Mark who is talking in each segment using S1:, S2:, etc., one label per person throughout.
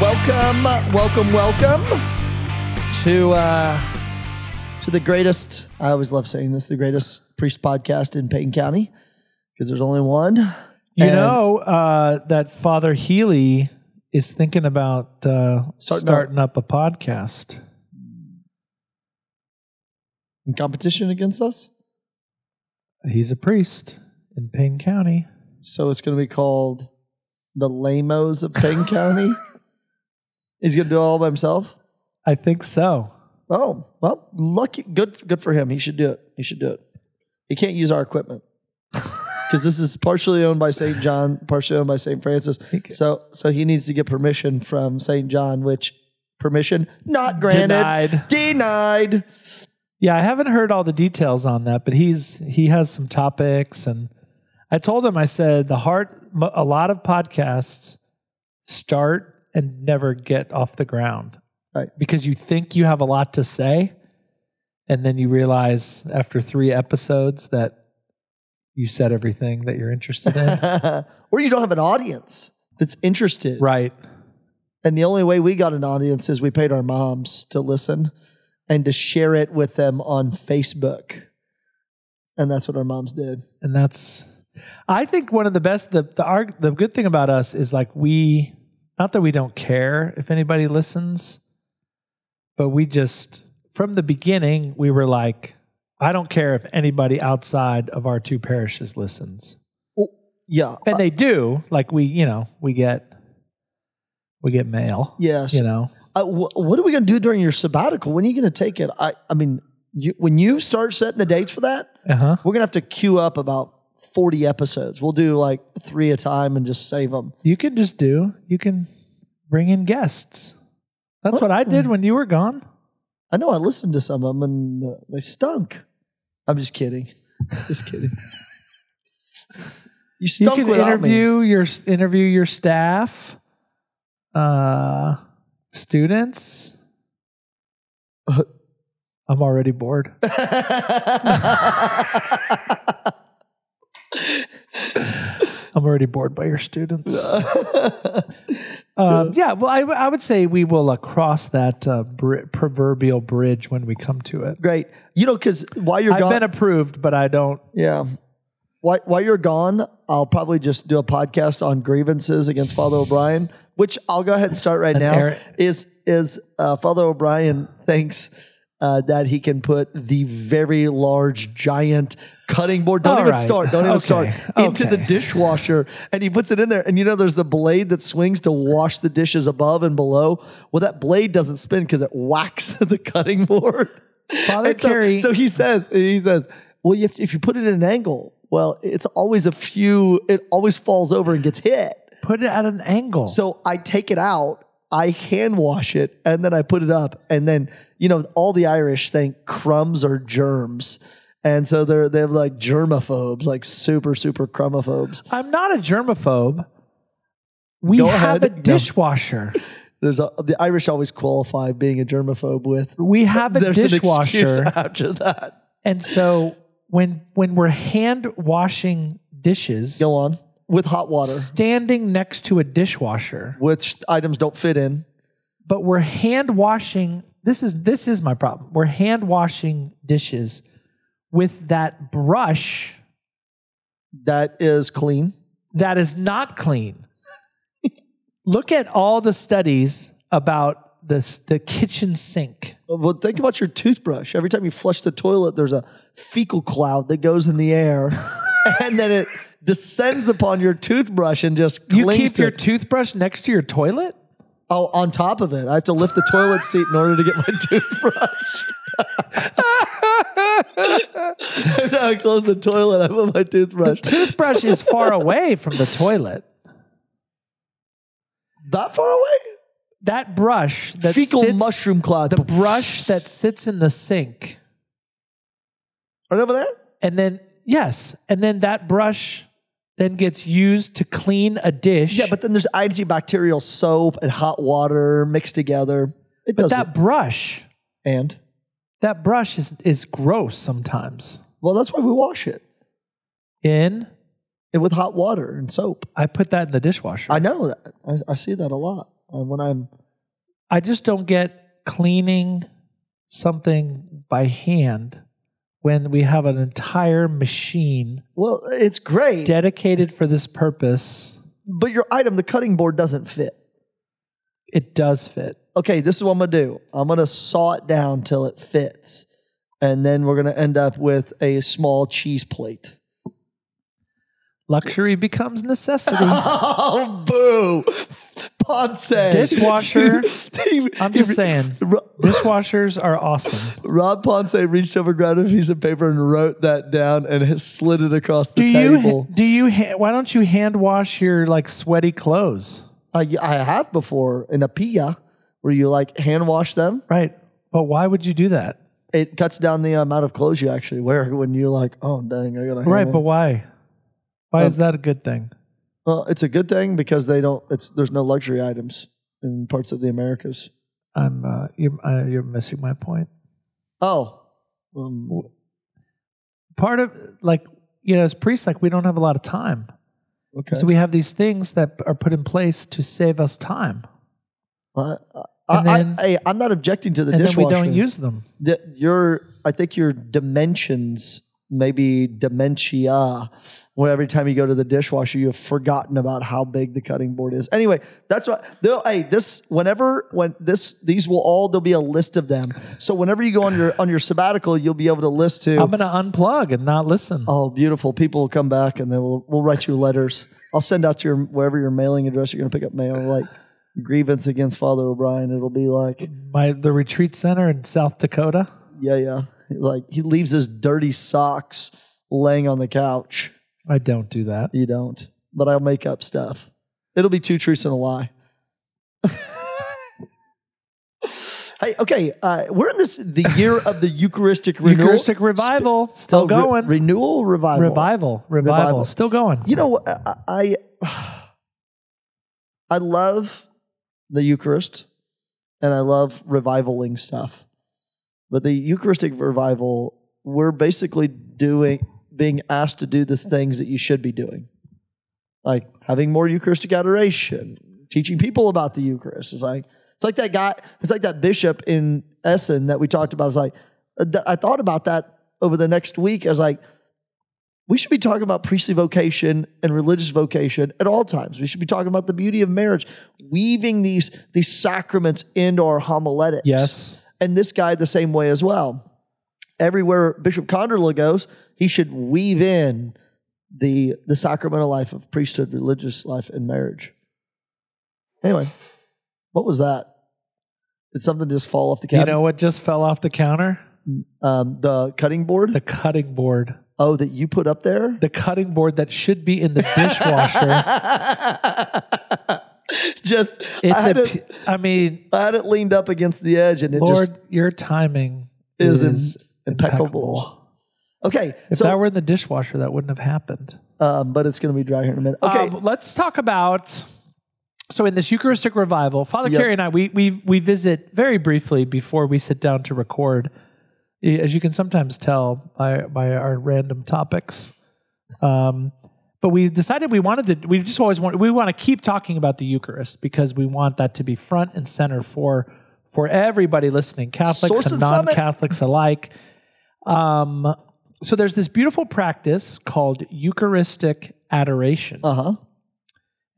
S1: Welcome, welcome, welcome to uh, to the greatest. I always love saying this: the greatest priest podcast in Payton County, because there's only one.
S2: You
S1: And
S2: know uh, that Father Healy is thinking about uh,
S1: Starting
S2: starting, up. a podcast.
S1: in competition against us,
S2: He's a priest in Payne County.
S1: so it's going to be called the Lamos of Payton County. He's going to do it all by himself.
S2: I think so.
S1: Oh well, lucky. Good, good for him. He should do it. He should do it. He can't use our equipment because this is partially owned by Saint John, partially owned by Saint Francis. So, so he needs to get permission from Saint John, which permission not granted,
S2: Denied.
S1: denied.
S2: Yeah, I haven't heard all the details on that, but he's he has some topics, and I told him I said the heart. m- A lot of podcasts start and never get off the ground,
S1: Right.
S2: Because you think you have a lot to say, and then you realize after three episodes that you said everything that you're interested in.
S1: or you don't have an audience that's interested.
S2: right?
S1: And the only way we got an audience is we paid our moms to listen and to share it with them on Facebook, and that's what our moms did.
S2: and that's i think one of the best the the, arg, the good thing about us is like we not that we don't care if anybody listens but we just from the beginning we were like i don't care if anybody outside of our two parishes listens
S1: Yeah,
S2: and they do like we you know we get we get mail
S1: yes.
S2: you know
S1: Uh, wh- what are we going to do during your sabbatical? When are you going to take it? I, I mean, you, when you start setting the dates for that,
S2: uh-huh
S1: we're going to have to queue up about 40 episodes. We'll do like three a time and just save them.
S2: you can just do you can bring in guests that's what i did when you were gone
S1: I know I listened to some of them and uh, they stunk. I'm just kidding. Just kidding. You
S2: you
S1: stunk
S2: can
S1: without me.
S2: interview your interview your staff uh students i'm already bored i'm already bored by your students um, yeah well I, I would say we will uh, cross that uh, br- proverbial bridge when we come to it
S1: Great. You know, because while you're
S2: i've
S1: gone,
S2: been approved but i don't
S1: Yeah. While, while you're gone, I'll probably just do a podcast on grievances against Father O'Brien, which I'll go ahead and start right now.
S2: Eric-
S1: Is is uh, Father O'Brien thinks uh, that he can put the very large, giant cutting board. Don't
S2: All
S1: even
S2: right.
S1: start. Don't even
S2: Okay.
S1: start into the
S2: Okay.
S1: dishwasher, and he puts it in there. And you know, there's the blade that swings to wash the dishes above and below. Well, that blade doesn't spin because it whacks the cutting board.
S2: father
S1: And so-
S2: carey
S1: So, he says, he says, well, if, if you put it at an angle, well, it's always a few, it always falls over and gets hit.
S2: put it at an angle
S1: So I take it out, I hand wash it, and then I put it up. And then, you know, all the Irish think crumbs are germs. And so they're, they're like germaphobes, like super, super crumophobes.
S2: i'm not a germaphobe we
S1: Go
S2: have
S1: ahead.
S2: a
S1: No.
S2: dishwasher
S1: There's a, the Irish always qualify being a germaphobe with
S2: we have a
S1: there's an excuse
S2: dishwasher
S1: after that.
S2: And so when when we're hand washing dishes,
S1: Go on with hot water,
S2: standing next to a dishwasher,
S1: which items don't fit in.
S2: but we're hand washing this is this is my problem. We're hand washing dishes with that brush
S1: That is clean.
S2: that is not clean. Look at all the studies about this the kitchen sink.
S1: Well, think about your toothbrush. Every time you flush the toilet, there's a fecal cloud that goes in the air, and then it descends upon your toothbrush and just
S2: You
S1: clings
S2: keep
S1: to
S2: your
S1: it.
S2: toothbrush next to your toilet?
S1: Oh, on top of it, I have to lift the toilet seat in order to get my toothbrush. Every time I close the toilet, I put my toothbrush
S2: Toothbrush is far away from the toilet.
S1: that far away.
S2: That brush that
S1: fecal
S2: sits-
S1: mushroom cloud.
S2: the brush that sits in the sink
S1: right over there.
S2: and then yes and then that brush then gets used to clean a dish
S1: Yeah, but then there's antibacterial soap and hot water mixed together. It does
S2: that brush
S1: and
S2: that brush is is gross sometimes
S1: well, that's why we wash it.
S2: in
S1: it with hot water and soap.
S2: i put that in the dishwasher
S1: I know that. I, I see that a lot uh, when I'm
S2: I just don't get cleaning something by hand when we have an entire machine
S1: Well, it's great,
S2: dedicated for this purpose.
S1: but your item, the cutting board, doesn't fit.
S2: It does fit.
S1: Okay, this is what I'm gonna do. I'm gonna saw it down till it fits, and then we're gonna end up with a small cheese plate.
S2: Luxury becomes necessity.
S1: Oh, boo! Ponce
S2: Dishwasher. I'm just saying,
S1: Ro-
S2: dishwashers are awesome.
S1: Rob Ponce reached over, grabbed a piece of paper, and wrote that down, and has slid it across the
S2: Do you
S1: table.
S2: do you ha- why don't you hand wash your like sweaty clothes?
S1: I, I have before in a pia, where you like hand wash them.
S2: Right. But why would you do that?
S1: It cuts down the amount of clothes you actually wear when you're like, oh dang, I gotta. Hand
S2: Right,
S1: wa-"
S2: but why? Why is that a good thing?
S1: Well, it's a good thing because they don't. It's there's no luxury items in parts of the Americas.
S2: I'm uh, you're uh, you're missing my point.
S1: Oh, um,
S2: Part of like you know as priests like we don't have a lot of time,
S1: okay.
S2: so we have these things that are put in place to save us time,
S1: I,
S2: And
S1: I,
S2: then-
S1: I, am not objecting to the
S2: and then we
S1: dishwasher.
S2: don't use them.
S1: the, your I think your dimensions maybe dementia where every time you go to the dishwasher you have forgotten about how big the cutting board is anyway that's what they'll hey this whenever when this these will all there'll be a list of them so whenever you go on your on your sabbatical you'll be able to list to
S2: I'm gonna unplug and not listen.
S1: oh beautiful people will come back and then we'll, we'll write you letters i'll send out to your wherever your mailing address you're going to pick up mail like grievance against father o'brien it'll be like
S2: My the retreat center in South Dakota.
S1: Yeah, yeah. Like he leaves his dirty socks laying on the couch.
S2: I don't do that.
S1: You don't. But I'll make up stuff. It'll be two truths and a lie. hey, okay. Uh, we're in this the year of the Eucharistic renewal.
S2: Eucharistic revival still
S1: Oh, re-
S2: going.
S1: renewal revival.
S2: revival, revival,
S1: Revival.
S2: still going.
S1: You know, I, I I love the Eucharist, and I love revivaling stuff. But the Eucharistic revival, we're basically doing being asked to do the things that you should be doing, like having more Eucharistic adoration, teaching people about the Eucharist. It's like it's like that guy. It's like that bishop in Essen that we talked about. It's like uh, th- I thought about that over the next week as like we should be talking about priestly vocation and religious vocation at all times. We should be talking about the beauty of marriage, weaving these these sacraments into our homiletics.
S2: yes,
S1: And this guy the same way as well. Everywhere Bishop Conderla goes, he should weave in the the sacramental life of priesthood, religious life, and marriage. Anyway, what was that? Did something just fall off the
S2: you
S1: cabinet?
S2: know what just fell off the counter?
S1: um, the cutting board?
S2: The cutting board.
S1: oh, that you put up there?
S2: The cutting board that should be in the dishwasher.
S1: Just I
S2: It's a.
S1: had,
S2: p I
S1: it,
S2: mean,
S1: I had it leaned up against the edge, and it
S2: Lord,
S1: just
S2: your timing
S1: is,
S2: is,
S1: im- impeccable.
S2: impeccable.
S1: Okay,
S2: If
S1: so
S2: that were in the dishwasher, that wouldn't have happened.
S1: um, but it's going to be dry here in a minute. Okay,
S2: Um, let's talk about. So in this Eucharistic revival, Father
S1: Yep.
S2: Carey and I, we we we visit very briefly before we sit down to record, as you can sometimes tell by by our random topics. Um, but we decided we wanted to. We just always want. We want to keep talking about the Eucharist because we want that to be front and center for for everybody listening, Catholics
S1: Source
S2: and
S1: and summit.
S2: non-Catholics alike. Um, so there's this beautiful practice called Eucharistic adoration
S1: uh huh.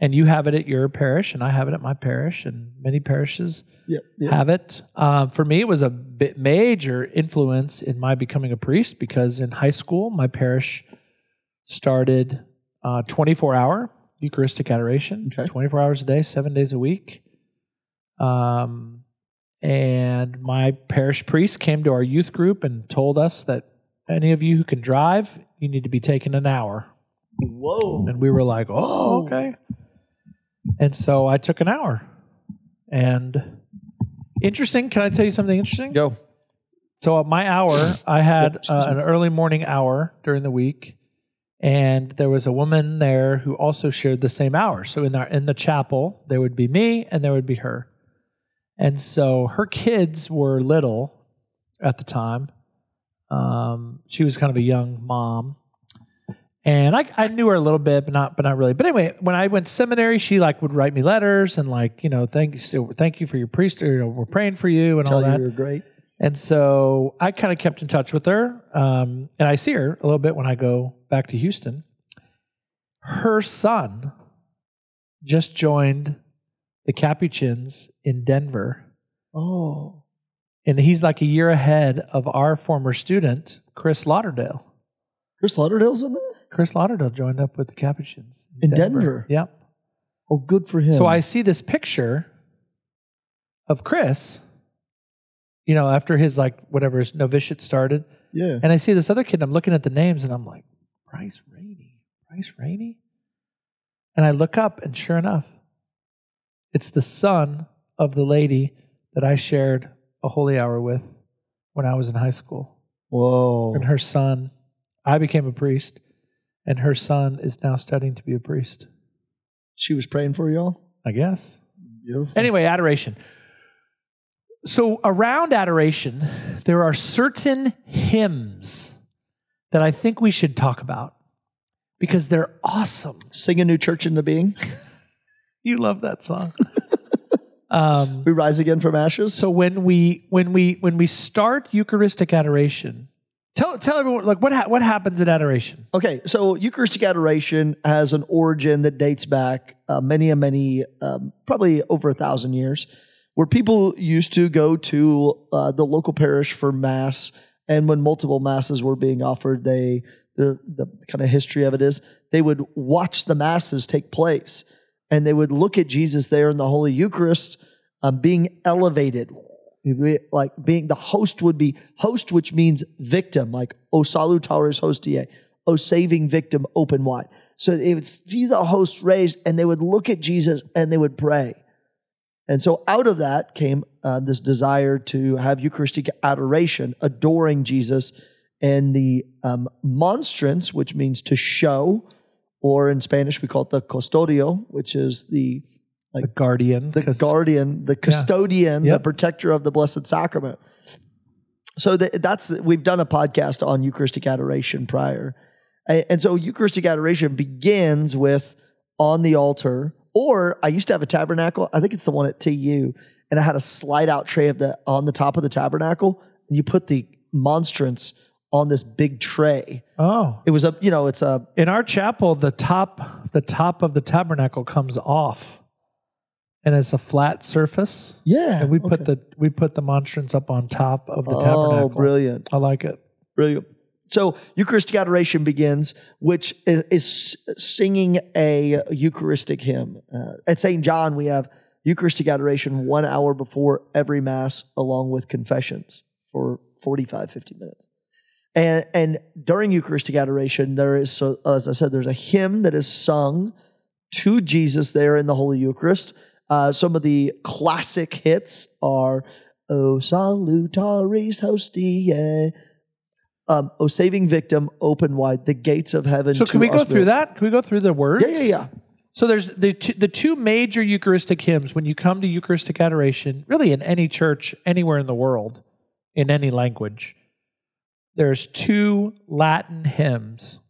S2: and you have it at your parish, and I have it at my parish, and many parishes
S1: Yep. yep.
S2: have it. Um, for me, it was a bit major influence in my becoming a priest because in high school, my parish started uh, 24 hour Eucharistic adoration,
S1: Okay.
S2: 24 hours a day, seven days a week. Um, and my parish priest came to our youth group and told us that any of you who can drive, you need to be taken an hour
S1: Whoa.
S2: and we were like, oh,
S1: Oh.
S2: okay. And so I took an hour. And interesting, can I tell you something interesting?
S1: Go.
S2: So at my hour, I had
S1: Excuse
S2: uh, an early morning hour during the week, and there was a woman there who also shared the same hour. So in our in the chapel, there would be me and there would be her, and so her kids were little at the time. Um, she was kind of a young mom, and I, I knew her a little bit, but not but not really. But anyway, when I went to seminary, she like would write me letters and like you know thank you so thank you for your priest or you know, we're praying for you and
S1: Tell
S2: all that.
S1: you you're great.
S2: And so I kind of kept in touch with her, um, and I see her a little bit when I go back to Houston. Her son just joined the Capuchins in Denver,
S1: Oh,
S2: and he's like a year ahead of our former student Chris Lauderdale.
S1: Chris Lauderdale's in there.
S2: Chris Lauderdale joined up with the Capuchins
S1: In Denver?
S2: Yep.
S1: Oh, good for him.
S2: So I see this picture of Chris, you know, after his like whatever his novitiate started,
S1: yeah.
S2: and I see this other kid. And I'm looking at the names, and I'm like, Bryce Rainey, Bryce Rainey. And I look up, and sure enough, it's the son of the lady that I shared a holy hour with when I was in high school.
S1: Whoa.
S2: And her son, I became a priest, and her son is now studying to be a priest.
S1: She was praying for y'all.
S2: I guess.
S1: Beautiful.
S2: Anyway, adoration. So around adoration, there are certain hymns that I think we should talk about because they're awesome.
S1: Sing a new church into being.
S2: You love that song. um,
S1: We rise again from ashes.
S2: so when we when we when we start Eucharistic adoration, tell tell everyone like what ha- what happens in adoration.
S1: Okay, so Eucharistic adoration has an origin that dates back uh, many and many, um, probably over a thousand years, where people used to go to uh, the local parish for mass, and when multiple masses were being offered, they the, the kind of history of it is they would watch the masses take place, and they would look at Jesus there in the Holy Eucharist um, being elevated, like being the host would be host, which means victim, like O salutaris hostia, O saving victim, open wide. So they would see the host raised, and they would look at Jesus and they would pray. And so out of that came uh, this desire to have Eucharistic adoration, adoring Jesus, and the um, monstrance, which means to show, or in Spanish we call it the custodio, which is the
S2: The guardian,
S1: the
S2: 'cause-
S1: guardian, the custodian,
S2: Yep.
S1: the protector of the blessed sacrament. So that, that's we've done a podcast on Eucharistic adoration prior, A- and so Eucharistic adoration begins with on the altar. Or I used to have a tabernacle. I think it's the one at TU, and I had a slide out tray of the on the top of the tabernacle, and you put the monstrance on this big tray.
S2: Oh,
S1: It was a you know it's a
S2: in our chapel, the top the top of the tabernacle comes off, and it's a flat surface.
S1: yeah.
S2: And we put
S1: okay.
S2: the we put the monstrance up on top of the tabernacle.
S1: oh brilliant.
S2: I like it.
S1: Brilliant. So Eucharistic adoration begins, which is, is singing a Eucharistic hymn. Uh, at St. John, we have Eucharistic adoration one hour before every Mass, along with confessions for 45, 50 minutes. And, and during Eucharistic adoration, there is, so, as I said, there's a hymn that is sung to Jesus there in the Holy Eucharist. Uh, some of the classic hits are O Salutaris Hostiae, um, O Saving Victim, Open Wide, The Gates of Heaven.
S2: So
S1: to
S2: can we go
S1: us built.
S2: through that? Can we go through the words?
S1: Yeah, yeah, yeah.
S2: So there's the two, the two major Eucharistic hymns when you come to Eucharistic adoration, really in any church anywhere in the world, in any language. There's two Latin hymns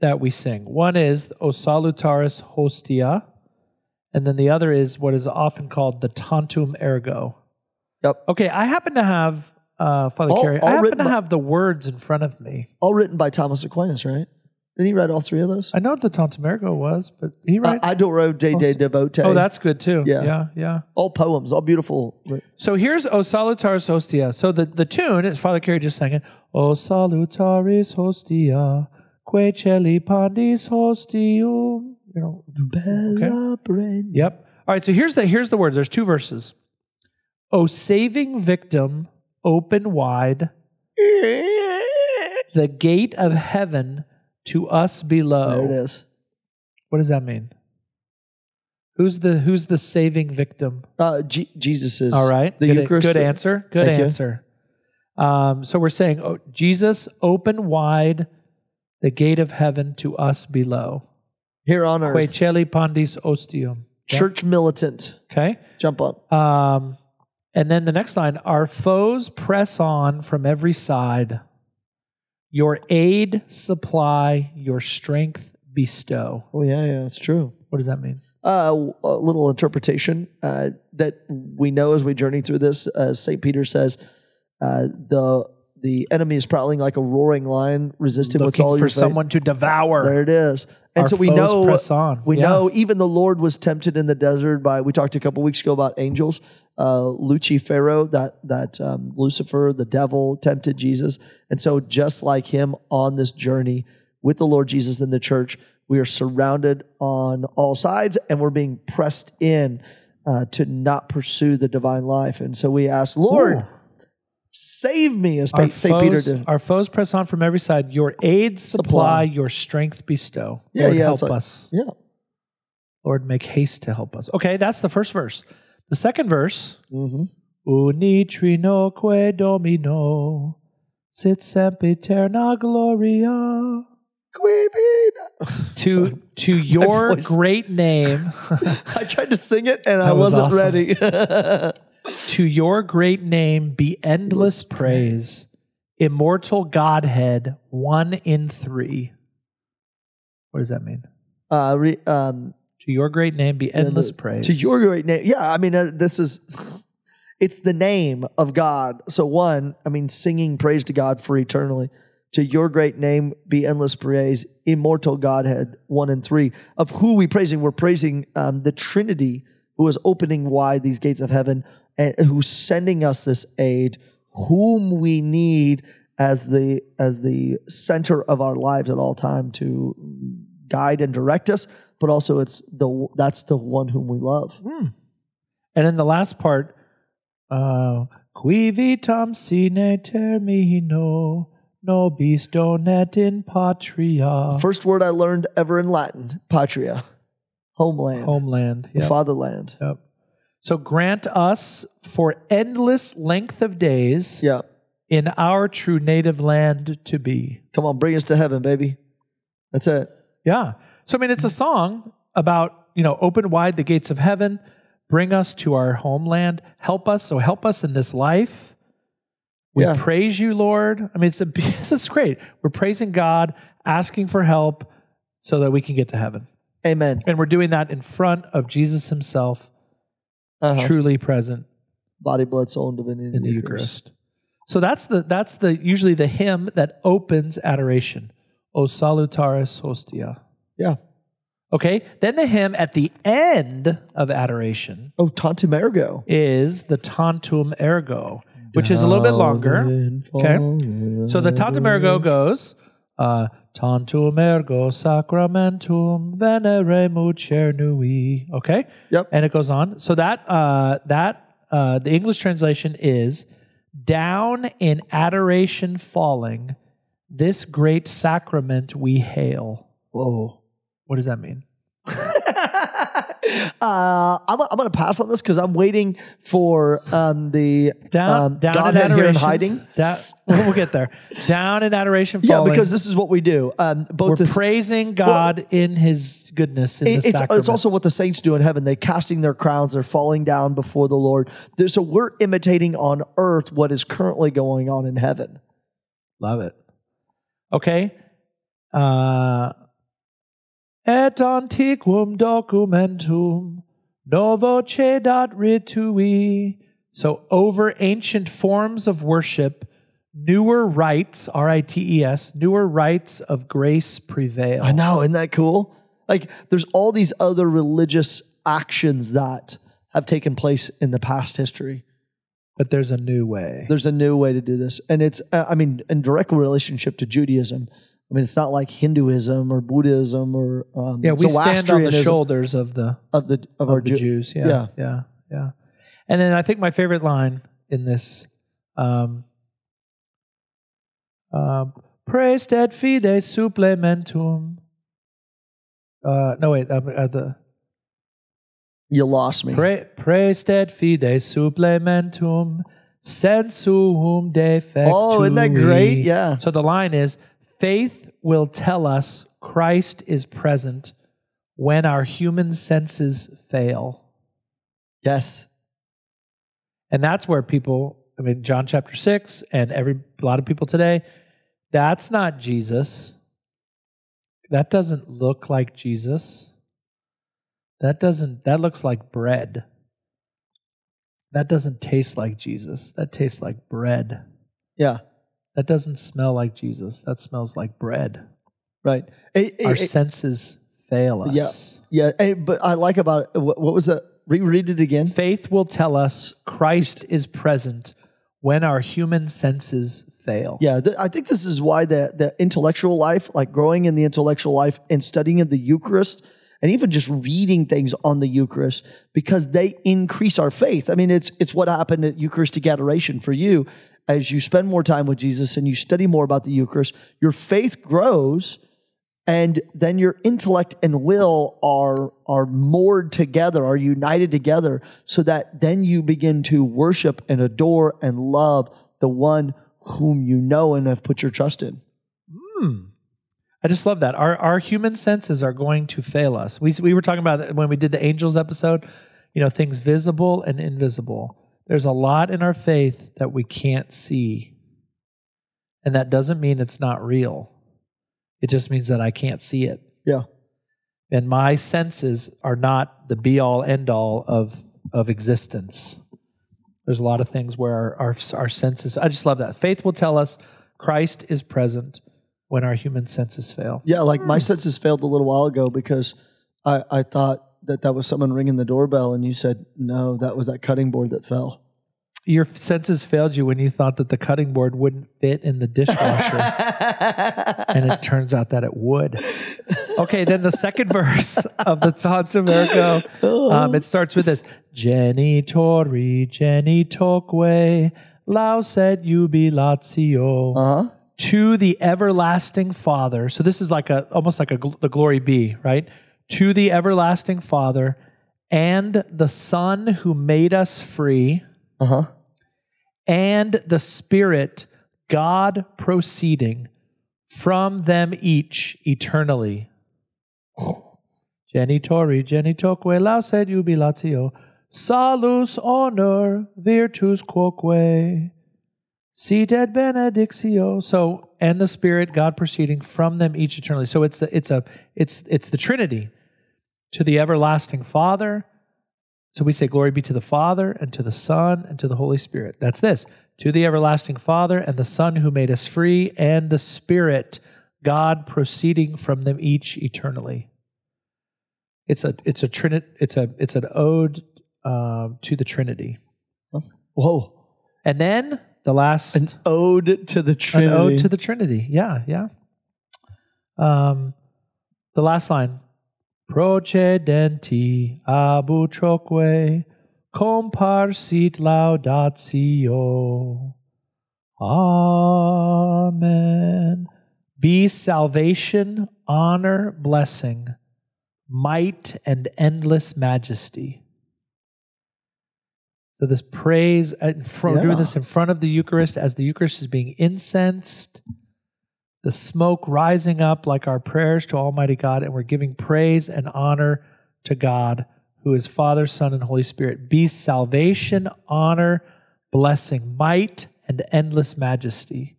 S2: that we sing. One is O Salutaris Hostia, and then the other is what is often called the Tantum Ergo.
S1: Yep.
S2: Okay, I happen to have uh, Father
S1: All-
S2: Carey.
S1: all
S2: I happen
S1: written
S2: to
S1: by-
S2: have the words in front of me.
S1: All written by Thomas Aquinas, right? Didn't he write all three of those?
S2: I know what the Tantum Ergo was, but he right.
S1: Uh, Adoro de, de Devote.
S2: oh, that's good too.
S1: Yeah.
S2: yeah, yeah.
S1: all poems, all beautiful.
S2: So here's O Salutaris Hostia. So the, the tune is Father Carey just sang it. O Salutaris Hostia, que celi pandis hostium. You know.
S1: Bella Brand-
S2: Yep. All right. So here's the here's the word. There's two verses. O saving victim, open wide Oh. the gate of heaven to us below.
S1: There it is.
S2: What does that mean? Who's the who's the saving victim?
S1: Uh, G- Jesus is
S2: All right.
S1: The
S2: good,
S1: Eucharist.
S2: good answer. Good
S1: Thank you.
S2: answer. Um, so we're saying, oh, Jesus, open wide the gate of heaven to us below.
S1: here on earth.
S2: Que celi pandis ostium.
S1: Church militant.
S2: Okay.
S1: Jump on.
S2: Um, and then the next line our foes press on from every side. Your aid supply, your strength bestow.
S1: Oh yeah, yeah, it's true.
S2: What does that mean?
S1: Uh, a little interpretation uh, that we know as we journey through this. Uh, Saint Peter says, uh, "the the enemy is prowling like a roaring lion, resisting what's
S2: Looking
S1: all
S2: for
S1: your faith."
S2: someone to devour.
S1: There it is. And
S2: Our
S1: so we
S2: foes
S1: know
S2: press on.
S1: we
S2: Yeah.
S1: know even the Lord was tempted in the desert by we talked a couple weeks ago about angels, uh Lucifero, that that um, Lucifer, the devil tempted Jesus. And so just like him on this journey with the Lord Jesus in the church, we are surrounded on all sides and we're being pressed in uh, to not pursue the divine life. And so we ask, Lord,
S2: Ooh.
S1: save me as
S2: Our
S1: Pa- St. Peter
S2: foes,
S1: did.
S2: our foes press on from every side. Your aid
S1: Supply.
S2: supply, your strength bestow.
S1: Yeah,
S2: Lord,
S1: yeah, it's
S2: help
S1: like-
S2: us.
S1: Yeah.
S2: Lord, make haste to help us. Okay, that's the first verse. The second verse,
S1: Mm-hmm.
S2: Uni trinoque domino, sit sempiterna gloria. To
S1: Sorry.
S2: to your
S1: voice.
S2: great name,
S1: I tried to sing it and I
S2: That was
S1: wasn't ready.
S2: awesome. to your great name be endless praise, immortal Godhead, one in three. What does that mean?
S1: uh, re, um,
S2: To your great name be endless
S1: the-
S2: praise.
S1: to your great name. Yeah, I mean, uh, this is, it's the name of God. So, one, I mean, singing praise to God for eternally. To your great name be endless praise, immortal Godhead, one and three. Of who we praising? We're praising um, the Trinity who is opening wide these gates of heaven and who's sending us this aid, whom we need as the as the center of our lives at all time to guide and direct us, but also it's the that's the one whom we love.
S2: And in the last part, uh, qui vitam sine termino, nobis donet in patria.
S1: First word I learned ever in Latin, patria, homeland,
S2: homeland.
S1: the
S2: Yep.
S1: fatherland.
S2: Yep. So grant us for endless length of days
S1: Yeah.
S2: in our true native land to be.
S1: Come on, bring us to heaven, baby. That's it.
S2: Yeah. So I mean, it's a song about you know, open wide the gates of heaven, bring us to our homeland, help us. So help us in this life. We
S1: Yeah.
S2: praise you, Lord. I mean, it's a, it's great. We're praising God, asking for help, so that we can get to heaven,
S1: Amen.
S2: and we're doing that in front of Jesus Himself,
S1: Uh-huh.
S2: truly present
S1: Body, blood, soul, and divinity
S2: in the Eucharist. So that's the that's the usually the hymn that opens adoration. O salutaris hostia.
S1: Yeah.
S2: Okay. Then the hymn at the end of adoration
S1: Oh, tantum ergo.
S2: is the tantum ergo, which is a little bit longer. Okay. So the tantum ergo goes uh, tantum ergo sacramentum veneremur cernui. Okay.
S1: Yep.
S2: And it goes on. So that uh, that uh, the English translation is down in adoration falling, this great sacrament we hail.
S1: Whoa.
S2: What does that mean?
S1: Uh, I'm, I'm going to pass on this because I'm waiting for um, the
S2: down,
S1: um,
S2: down
S1: Godhead
S2: in
S1: here
S2: adoration,
S1: in hiding.
S2: Down, we'll get there. Down in adoration,
S1: Yeah,
S2: falling.
S1: because this is what we do. Um,
S2: we're
S1: both the
S2: praising God in His goodness in the
S1: it's,
S2: sacrament.
S1: it's also what the saints do in heaven. They casting their crowns, they're falling down before the Lord. There- So we're imitating on earth what is currently going on in heaven.
S2: love it. Okay. Uh, Et antiquum documentum novo cedat ritui. So over ancient forms of worship, newer rites, R I T E S, newer rites of grace prevail.
S1: I know, isn't that cool? Like there's all these other religious actions that have taken place in the past history.
S2: But there's a new way.
S1: there's a new way to do this and it's uh, i mean in direct relationship to judaism i mean it's not like hinduism or buddhism or um,
S2: Yeah, we stand on the
S1: Zoroastrianism
S2: shoulders of the
S1: of the of, our
S2: of the
S1: Ju-
S2: Jews. Yeah,
S1: yeah.
S2: yeah, yeah, And then I think my favorite line in this, um, um, "Praise et fide supplementum." Uh, no, wait. Um, uh, the
S1: you lost me
S2: pra- praise et fide supplementum sensuum defectui.
S1: oh isn't that great yeah
S2: So the line is faith will tell us Christ is present when our human senses fail.
S1: yes
S2: And that's where people, I mean, John chapter six and every a lot of people today, That's not Jesus. That doesn't look like Jesus. That doesn't that looks like bread. That doesn't taste like Jesus. That tastes like bread.
S1: Yeah.
S2: That doesn't smell like Jesus. That smells like bread.
S1: Right. It- it-
S2: Our
S1: it-
S2: senses fail us.
S1: yeah. eh, But I like about it, what, what was that? Reread it again.
S2: Faith will tell us Christ is present when our human senses fail.
S1: Yeah, th- I think this is why the the intellectual life, like growing in the intellectual life and studying of the Eucharist, and even just reading things on the Eucharist, because they increase our faith. I mean, it's it's what happened at Eucharistic adoration for you. As you spend more time with Jesus and you study more about the Eucharist, your faith grows, and then your intellect and will are are moored together, are united together, so that then you begin to worship and adore and love the one whom you know and have put your trust in.
S2: I just love that. Our our human senses are going to fail us. We we were talking about it when we did the angels episode, you know, things visible and invisible. There's a lot in our faith that we can't see. And that doesn't mean it's not real. It just means that I can't see it.
S1: Yeah.
S2: And my senses are not the be all end all of of existence. There's a lot of things where our, our our senses I just love that. Faith will tell us Christ is present when our human senses fail.
S1: Yeah, like my senses failed a little while ago because I, I thought that that was someone ringing the doorbell, and you said no, that was that cutting board that fell.
S2: your senses failed you when you thought that the cutting board wouldn't fit in the dishwasher and it turns out that it would okay then the second verse of the tanto Americo, um, it starts with this jenny tori jenny toque laus et jubilatio
S1: Uh huh.
S2: to the everlasting father so this is like a almost like a gl- the glory be right to the everlasting father and the son who made us free
S1: Uh huh.
S2: and the Spirit, God proceeding from them each eternally. Genitori, genitoque, laus et jubilatio, salus honor, virtus quoque, sit et benedictio. So, and the Spirit, God proceeding from them each eternally. So it's the, it's a it's it's the Trinity to the everlasting Father. So we say, Glory be to the Father, and to the Son, and to the Holy Spirit. That's this to the everlasting Father, and the Son who made us free, and the Spirit, God proceeding from them each eternally. It's a it's a trinit it's a it's an ode um, to the Trinity,
S1: Whoa.
S2: and then the last
S1: An ode to the
S2: an
S1: Trinity.
S2: ode to the Trinity. Yeah, yeah. Um, the last line: Procedenti ab utroque comparsit laudatio. Amen. Be salvation, honor, blessing, might, and endless majesty. So this praise and from
S1: Yeah.
S2: doing this in front of the Eucharist as the Eucharist is being incensed, the smoke rising up like our prayers to Almighty God, and we're giving praise and honor to God, who is Father, Son, and Holy Spirit. Be salvation, honor, blessing, might, and endless majesty.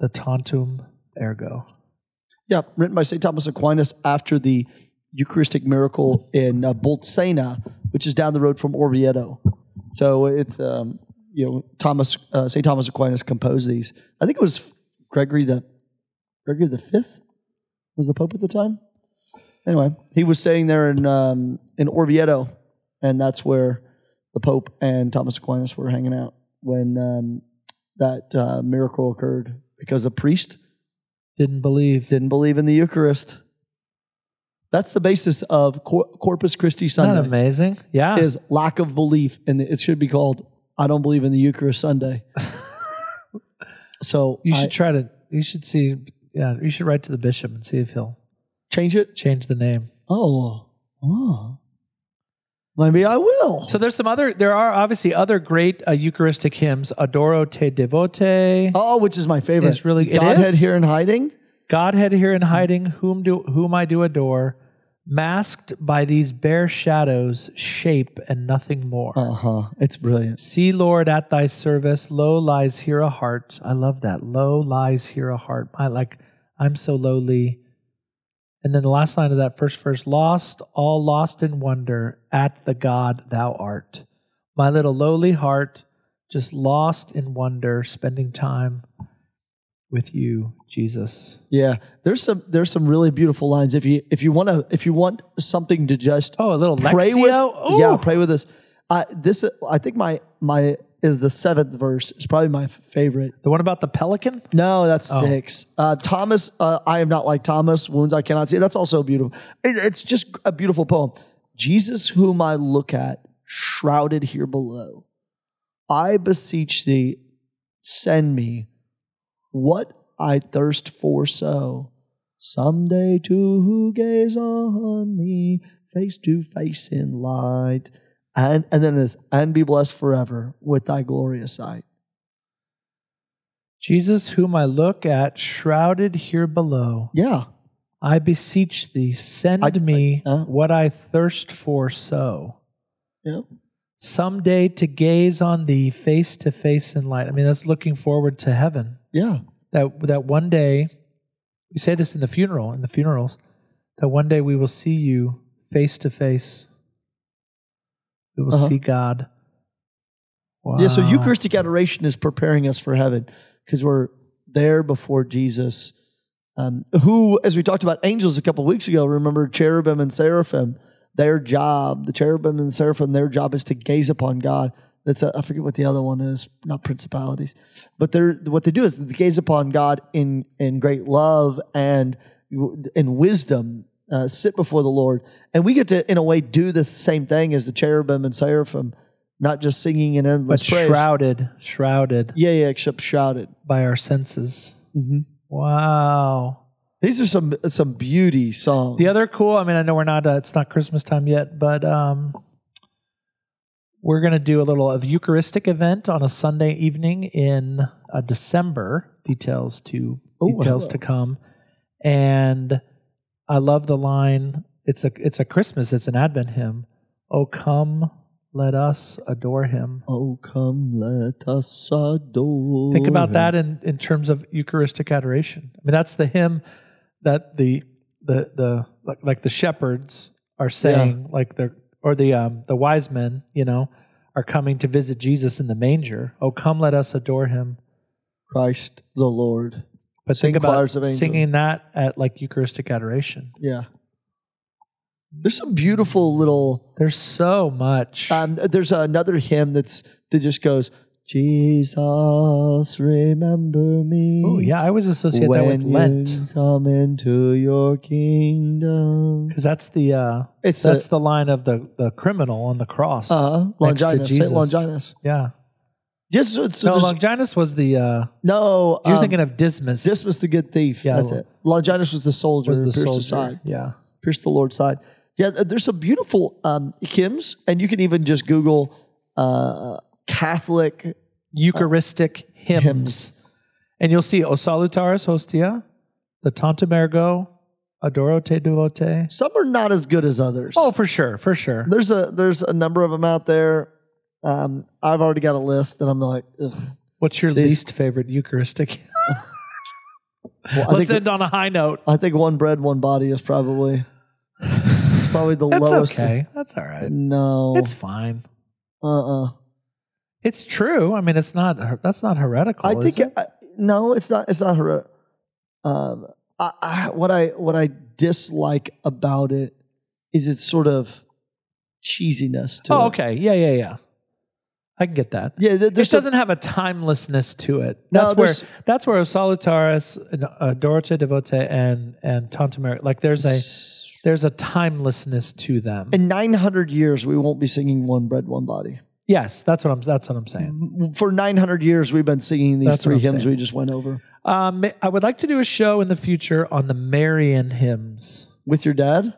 S2: The tantum ergo.
S1: Yeah, written by St. Thomas Aquinas after the Eucharistic miracle in uh, Bolsena, which is down the road from Orvieto. So it's um, you know Thomas uh, St. Thomas Aquinas composed these. I think it was Gregory the Gregory the Fifth was the Pope at the time. Anyway, he was staying there in um, in Orvieto, and that's where the Pope and Thomas Aquinas were hanging out when um, that uh, miracle occurred because a priest
S2: Didn't believe.
S1: didn't believe in the Eucharist. That's the basis of Cor- Corpus Christi
S2: Isn't that
S1: Sunday
S2: amazing? Yeah.
S1: is lack of belief, and it should be called "I don't believe in the Eucharist Sunday." so
S2: you
S1: I
S2: should try to, you should see, yeah, you should write to the bishop and see if he'll
S1: change it.
S2: change the name.
S1: Oh, oh, maybe I will.
S2: So there's some other. There are obviously other great uh, Eucharistic hymns. Adoro te devote.
S1: oh, which is my favorite.
S2: It's really- it
S1: Godhead
S2: is?
S1: here in hiding.
S2: Godhead here in hiding. Whom do whom I do adore. masked by these bare shadows, shape and nothing more.
S1: Uh huh. It's brilliant.
S2: See, Lord, at thy service, low lies here a heart. I love that. Low lies here a heart. I like, I'm so lowly. And then the last line of that first verse lost, all lost in wonder at the God thou art. My little lowly heart, just lost in wonder, spending time with you, Jesus.
S1: Yeah. There's some there's some really beautiful lines. If you if you want to if you want something to just
S2: Oh, a little
S1: pray
S2: Lexio.
S1: with
S2: Ooh.
S1: yeah pray with us. I this I think my my is the seventh verse. It's probably my f- favorite.
S2: The one about the pelican?
S1: No, that's six. Uh, Thomas, uh, I am not like Thomas. Wounds I cannot see. That's also beautiful. It- it's just a beautiful poem. Jesus, whom I look at, shrouded here below, I beseech thee, send me what I thirst for so, someday to gaze on thee face to face in light, and and then this, and be blessed forever with thy glorious sight.
S2: Jesus, whom I look at, shrouded here below.
S1: Yeah.
S2: I beseech thee, send
S1: I-
S2: me
S1: uh.
S2: what I thirst for so.
S1: Yeah.
S2: Someday to gaze on thee face to face in light. I mean, that's looking forward to heaven.
S1: Yeah.
S2: That that one day, we say this in the funeral, in the funerals, that one day we will see you face to face. We will
S1: Uh-huh.
S2: see God. Wow.
S1: Yeah, so Eucharistic adoration is preparing us for heaven because we're there before Jesus, um, who, as we talked about angels a couple weeks ago, remember cherubim and seraphim, their job, the cherubim and seraphim, their job is to gaze upon God. That's a, I forget what the other one is, not principalities, but they're what they do is they gaze upon God in in great love and in wisdom. Uh, sit before the Lord, and we get to, in a way, do the same thing as the cherubim and seraphim, not just singing an
S2: but
S1: endless praise.
S2: shrouded, shrouded
S1: Yeah, yeah, except shouted.
S2: by our senses.
S1: Mm-hmm.
S2: Wow.
S1: These are some some beauty songs.
S2: The other cool, I mean, I know we're not, uh, it's not Christmas time yet, but um, we're going to do a little of Eucharistic event on a Sunday evening in uh, December. Details to
S1: Oh,
S2: details
S1: wow.
S2: to come, and I love the line. It's a it's a Christmas. It's an Advent hymn. Oh come, let us adore Him.
S1: Oh, come, let us adore.
S2: Think about
S1: him.
S2: that in, in terms of Eucharistic adoration. I mean, that's the hymn that the the the like, like the shepherds are saying, like the or the um the wise men, you know, are coming to visit Jesus in the manger. Oh, come, let us adore him.
S1: Christ the Lord.
S2: But
S1: Sing
S2: think about
S1: choirs of angels.
S2: singing that at like Eucharistic adoration.
S1: Yeah. There's some beautiful little.
S2: There's so much.
S1: Um, there's another hymn that's that just goes, Jesus, remember me.
S2: oh yeah, I always associate that with
S1: when
S2: Lent
S1: you come into your kingdom.
S2: because that's the uh
S1: It's
S2: that's
S1: a,
S2: the line of the the criminal on the cross.
S1: uh,
S2: next to
S1: Longinus, Saint
S2: Jesus.
S1: Longinus.
S2: Yeah.
S1: Yes, so, so
S2: no,
S1: there's-
S2: Longinus was the. Uh,
S1: no.
S2: you're
S1: um,
S2: thinking of Dismas.
S1: This was the good thief.
S2: Yeah,
S1: That's
S2: well-
S1: it. Longinus was the soldier
S2: was
S1: who
S2: the
S1: pierced
S2: soldier.
S1: his side, Uh,
S2: Yeah,
S1: pierced the Lord's side. Yeah, th- there's some beautiful um, hymns, and you can even just Google uh, Catholic.
S2: Eucharistic hymns.
S1: hymns.
S2: and you'll see "O Salutaris Hostia," "The Tantum Ergo," "Adoro Te Devote."
S1: Some are not as good as others.
S2: Oh, for sure, for sure.
S1: there's a there's a number of them out there. Um, I've already got a list that I'm like, ugh.
S2: What's your
S1: These-
S2: least favorite Eucharistic?
S1: Well, I
S2: Let's
S1: think
S2: end on a high note.
S1: I think one bread, one body is probably it's probably the
S2: That's
S1: lowest.
S2: okay. That's all right.
S1: No,
S2: It's fine.
S1: uh uh
S2: It's true. I mean, it's not. That's not heretical.
S1: I
S2: is
S1: think
S2: it?
S1: I, no, it's not. It's not her. Um, I, I, what I what I dislike about it is its sort of cheesiness to
S2: Oh,
S1: it.
S2: okay. Yeah, yeah, yeah. I can get that.
S1: Yeah, there,
S2: This
S1: there's some-
S2: doesn't have a timelessness to it.
S1: No,
S2: That's where
S1: there's-
S2: that's where O Solitaris, uh, Dorote Devote, and and Tanta Mary, like there's a there's a timelessness to them.
S1: in 900 years we won't be singing one bread one body.
S2: yes, that's what I'm that's what I'm saying.
S1: For 900 years we've been singing these
S2: That's what
S1: three
S2: I'm
S1: hymns we
S2: saying.
S1: just went over
S2: Um, I would like to do a show in the future on the Marian hymns.
S1: with your dad.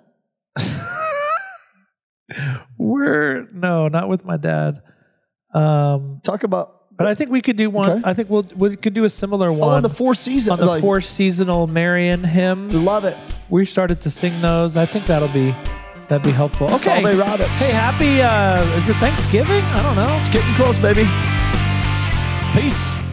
S2: We're no, not with my dad. Um,
S1: Talk about
S2: but I think we could do one.
S1: Okay.
S2: I think we'll we could do a similar
S1: oh,
S2: one
S1: on the four seasons.
S2: on the four seasonal Marian hymns.
S1: Love it.
S2: we started to sing those. I think that'll be that'd be helpful. Okay.
S1: Salve Radix.
S2: Hey, happy uh is it Thanksgiving? I don't know.
S1: It's getting close, baby. Peace.